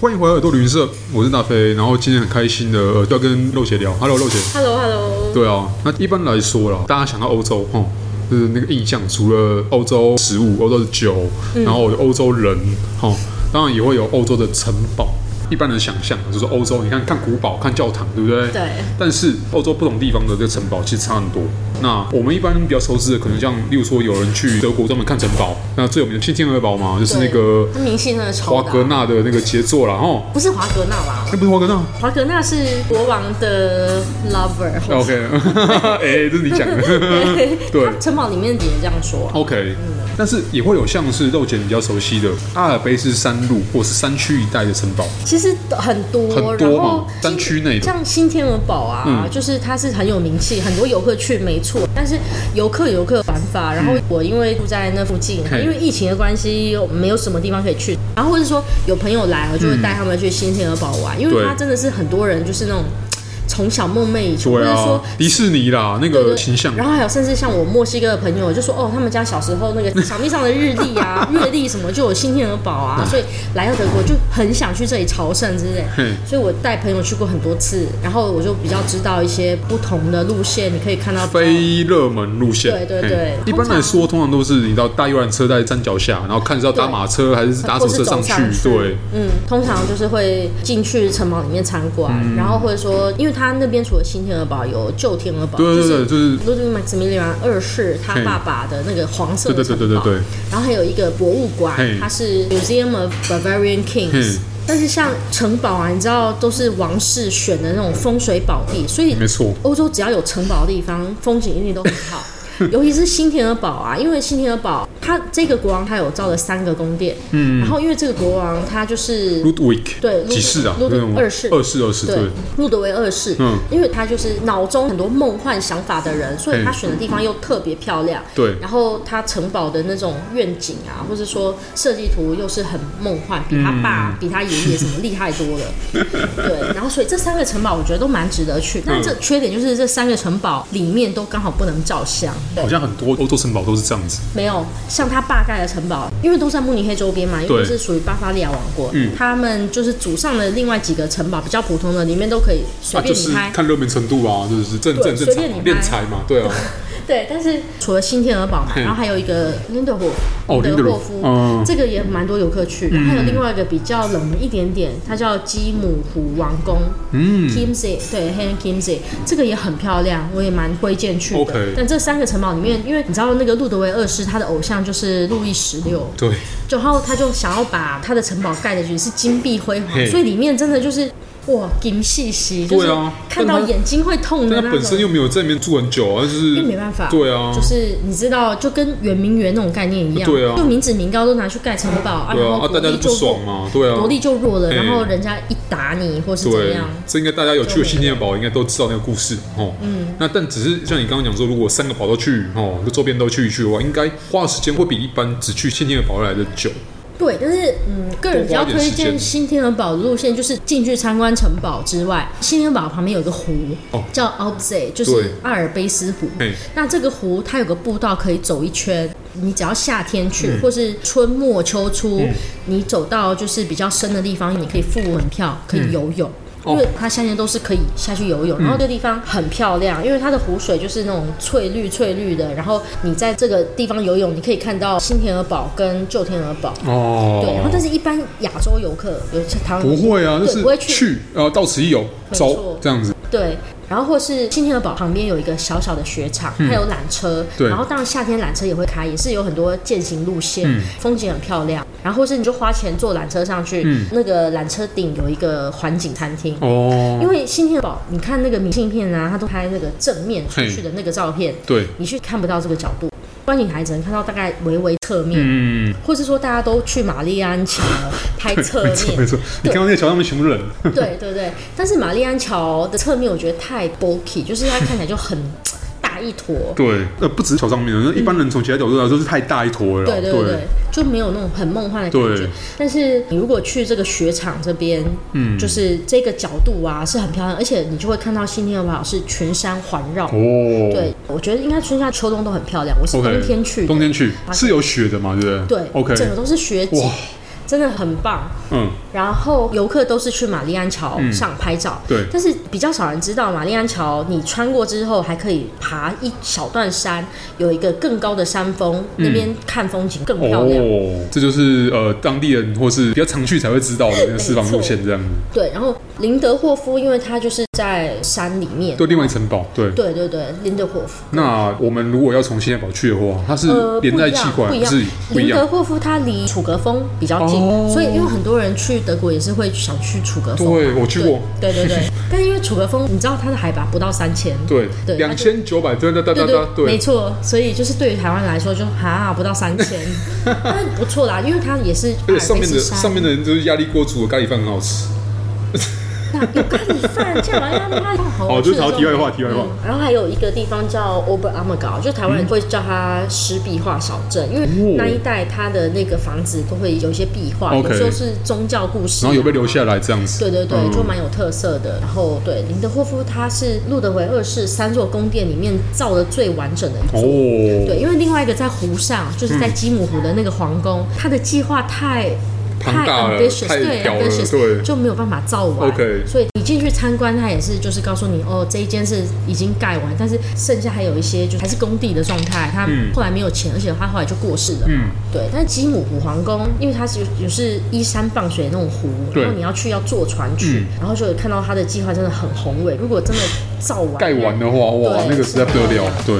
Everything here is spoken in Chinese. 欢迎回来耳朵旅行社，我是大飞，然后今天很开心的、呃、要跟肉姐聊，Hello 肉姐， Hello Hello，对啊，那一般来说啦，大家想到欧洲，吼、就是那个印象，除了欧洲食物、欧洲的酒，然后有欧洲人，吼、当然也会有欧洲的城堡。一般人想象就是欧洲，你看看古堡、看教堂，对不对？对但是欧洲不同地方的这个城堡其实差很多。那我们一般比较熟知的，可能像例如说有人去德国专门看城堡，那最有名的去天鹅堡嘛，就是那个他明星真的超华大，格纳的那个杰作啦，哦，不是华格纳吧？那不是华格纳华格纳是国王的 lover，或，OK，哎、 这是你讲的，嗯 对哦他城堡里面也这样说啊、 OK，但是也会有像是肉姐比较熟悉的阿尔卑斯山路或是山区一带的城堡，其实很多，很多然嘛后山区内的像新天鹅堡啊，嗯就是它是很有名气，很多游客去没错，但是游客有游客的玩法。然后我因为住在那附近，嗯嘿因为疫情的关系，没有什么地方可以去，然后或者说有朋友来，我就会带他们去新天鹅堡玩，因对为它真的是很多人就是那种从小梦寐以求，或对者啊说，迪士尼啦那个对形象，然后还有甚至像我墨西哥的朋友就说，哦，他们家小时候 那个墙壁上的日历啊、月历什么，就有新天鹅堡啊，所以来到德国就很想去这里朝圣之类嘿。所以我带朋友去过很多次，然后我就比较知道一些不同的路线，你可以看到比较非热门路线，对对嘿对一般来说，通常都是你到大游览车在山脚下，然后看是要搭对马车还是搭或火是车上走上去，对，，嗯，通常就是会进去城堡里面参观，嗯然后或者说，因为他那边除了新天鹅堡，有旧天鹅堡，对对就对，是就是路易马克米利安二世他嘿爸爸的那个黄色对的对城对堡，对对对然后还有一个博物馆嘿，它是 Museum of Bavarian 嘿 Kings。但是像城堡啊，你知道都是王室选的那种风水宝地，所以没错，欧洲只要有城堡的地方，风景一定都很 好。尤其是新天鹅堡啊，因为新天鹅堡它这个国王他有造了三个宫殿，嗯，然后因为这个国王他就是。 Ludwig，对几世啊？ Ludwig- 那种二世二世，二世，对对，，路德维二世，嗯因为他就是脑中很多梦幻想法的人，所以他嘿选的地方又特别漂亮，对然后他城堡的那种愿景啊，或是说设计图又是很梦幻，比嗯他爸、比他爷 爷什么厉害多了。对，然后所以这三个城堡我觉得都蛮值得嗯去，但这缺点就是这三个城堡里面都刚好不能照相。对好，像很多欧洲城堡都是这样子，没有像他爸盖的城堡，因为都在慕尼黑周边嘛，因为对都是属于巴伐利亚王国，嗯他们就是祖上的另外几个城堡比较普通的，里面都可以随啊，就便你是拍。看热门程度啊，就是正对正正随便你常拍练财嘛，对啊，对，但是除了新天鹅堡嘛，嗯然后还有一个林德霍哦嗯林德霍 Lindehof，夫嗯这个也蛮多游客去的。还有另外一个比较冷门一点点，它叫基姆湖王宫嗯 k i m s e y 对 h e n k i m s e y 这个也很漂亮，我也蛮推荐去 OK 的。但这三个城堡里面，因为你知道那个路德维二世他的偶像就是路易十六，对，然后他就想要把他的城堡盖的也是金碧辉煌嘿，所以里面真的就是。哇，金细细，就对是啊看但到他眼睛会痛但的那他种啊本。身又没有在里面住很久啊，就是啊因为没办法，对啊，就是你知道，就跟圆明园那种概念一样，对啊就民脂民膏都拿去盖城堡啊，对然啊，啊后大国家力就不就爽弱，嘛，对啊，国力就弱了，嘿然后人家一打你或是怎对样，，这应该大家有去过新天鹅堡，应该都知道那个故事哦。嗯，那但只是像你刚刚讲说，如果三个堡都去哦，就周边都去一去的话，应该花的时间会比一般只去新天鹅堡来的久。对，但是嗯，个人比较推荐新天鹅堡的路线，就是进去参观城堡之外，新天鹅堡旁边有个湖，哦叫 a l p s e 就对是阿尔卑斯湖嘿。那这个湖它有个步道可以走一圈，你只要夏天去，嗯或是春末秋初，你走到就是比较深的地方，你可以付门票，可以游泳。哦嗯因为它夏天都是可以下去游泳，然后这个地方很漂亮，因为它的湖水就是那种翠绿翠绿的，然后你在这个地方游泳，你可以看到新天鹅堡跟旧天鹅堡，哦对，然后但是一般亚洲游客，有些台湾不游客会啊，就对是不会去去呃到此一游，没错走这样子。对，然后或是新天鹅堡旁边有一个小小的雪场，它有缆车，嗯对然后当然夏天缆车也会开，也是有很多践行路线，嗯风景很漂亮。然后或是你就花钱坐缆车上去，那个缆车顶有一个环景餐厅。嗯哦，因为新天鹅堡，你看那个明信片啊，它都拍那个正面出去的那个照片，对，你去看不到这个角度，观景台只能看到大概微微侧面，嗯，或是说大家都去玛丽安桥拍 侧没错面没，错。你看到那个桥上面全部人，对对对，但是玛丽安桥的侧面我觉得太 bulky，就是它看起来就很大一 坨。对，呃，不只是桥上面，那一般人从其他角度来说是太大一坨了啦。对对对，就没有那种很梦幻的感啊对觉。但是你如果去这个雪场这边，嗯，就是这个角度啊是很漂亮，而且你就会看到新天鹅堡是群山环绕。哦，对，我觉得应该春夏秋冬都很漂亮。我是 OK，冬天去的冬天去发是现有雪的嘛，对不对？对，OK，整个都是雪景哇。真的很棒。嗯，然后游客都是去玛丽安桥上拍照，对但是比较少人知道，玛丽安桥你穿过之后还可以爬一小段山，有一个更高的山峰，那边看风景更漂亮。哦，这就是呃当地人或是比较常去才会知道的那个私房路线这样子，对，然后林德霍夫，因为它就是在山里面，对，另外一城堡，对。对对对，林德霍夫。那我们如果要从新海堡去的话，它是呃，不一连在一样，起馆，不一还是样。不一林样德。霍夫它离楚格峰比较近，哦所以因为很多人去德国也是会想去楚格峰嘛。对我去过对。对对对，但是因为楚格峰，你知道它的海拔不到三千。对，对两千九百，对对对对对对对，没错，所以就是对于台湾来说就，哈不到 三千，但是不错啦，因为它也是而阿且尔上卑面斯的山，上面的人就是压力锅煮的咖喱饭很好吃。那有咖喱饭，这样玩意儿那好 哦就是好吃的题外话时候题外话嗯然后还有一个地方叫 Ober Ammergau，就台湾人会叫它湿壁画小镇，因为那一带它的那个房子都会有一些壁画，哦 OK 有时候是宗教故事啊，然后有被留下来这样子。对对对，嗯就蛮有特色的。然后对林德霍夫，它是路德维二世三座宫殿里面造的最完整的一座。哦，嗯对，因为另外一个在湖上，就是在基姆湖的那个皇宫，它的计划太庞大了 ambitious，太对屌了 ambitious，对就没有办法造完。 OK 所以你进去参观，它也是就是告诉你，哦，这一间是已经盖完，但是剩下还有一些就还是工地的状态，它嗯后来没有钱，而且它后来就过世了。嗯，对，但是基姆湖皇宫，因为它是有是依山傍水的那种湖，对嗯然后你要去要坐船去，然后就有看到它的计划真的很宏伟。如果真的造完，盖完的话，哇，对那个实在不得了。对，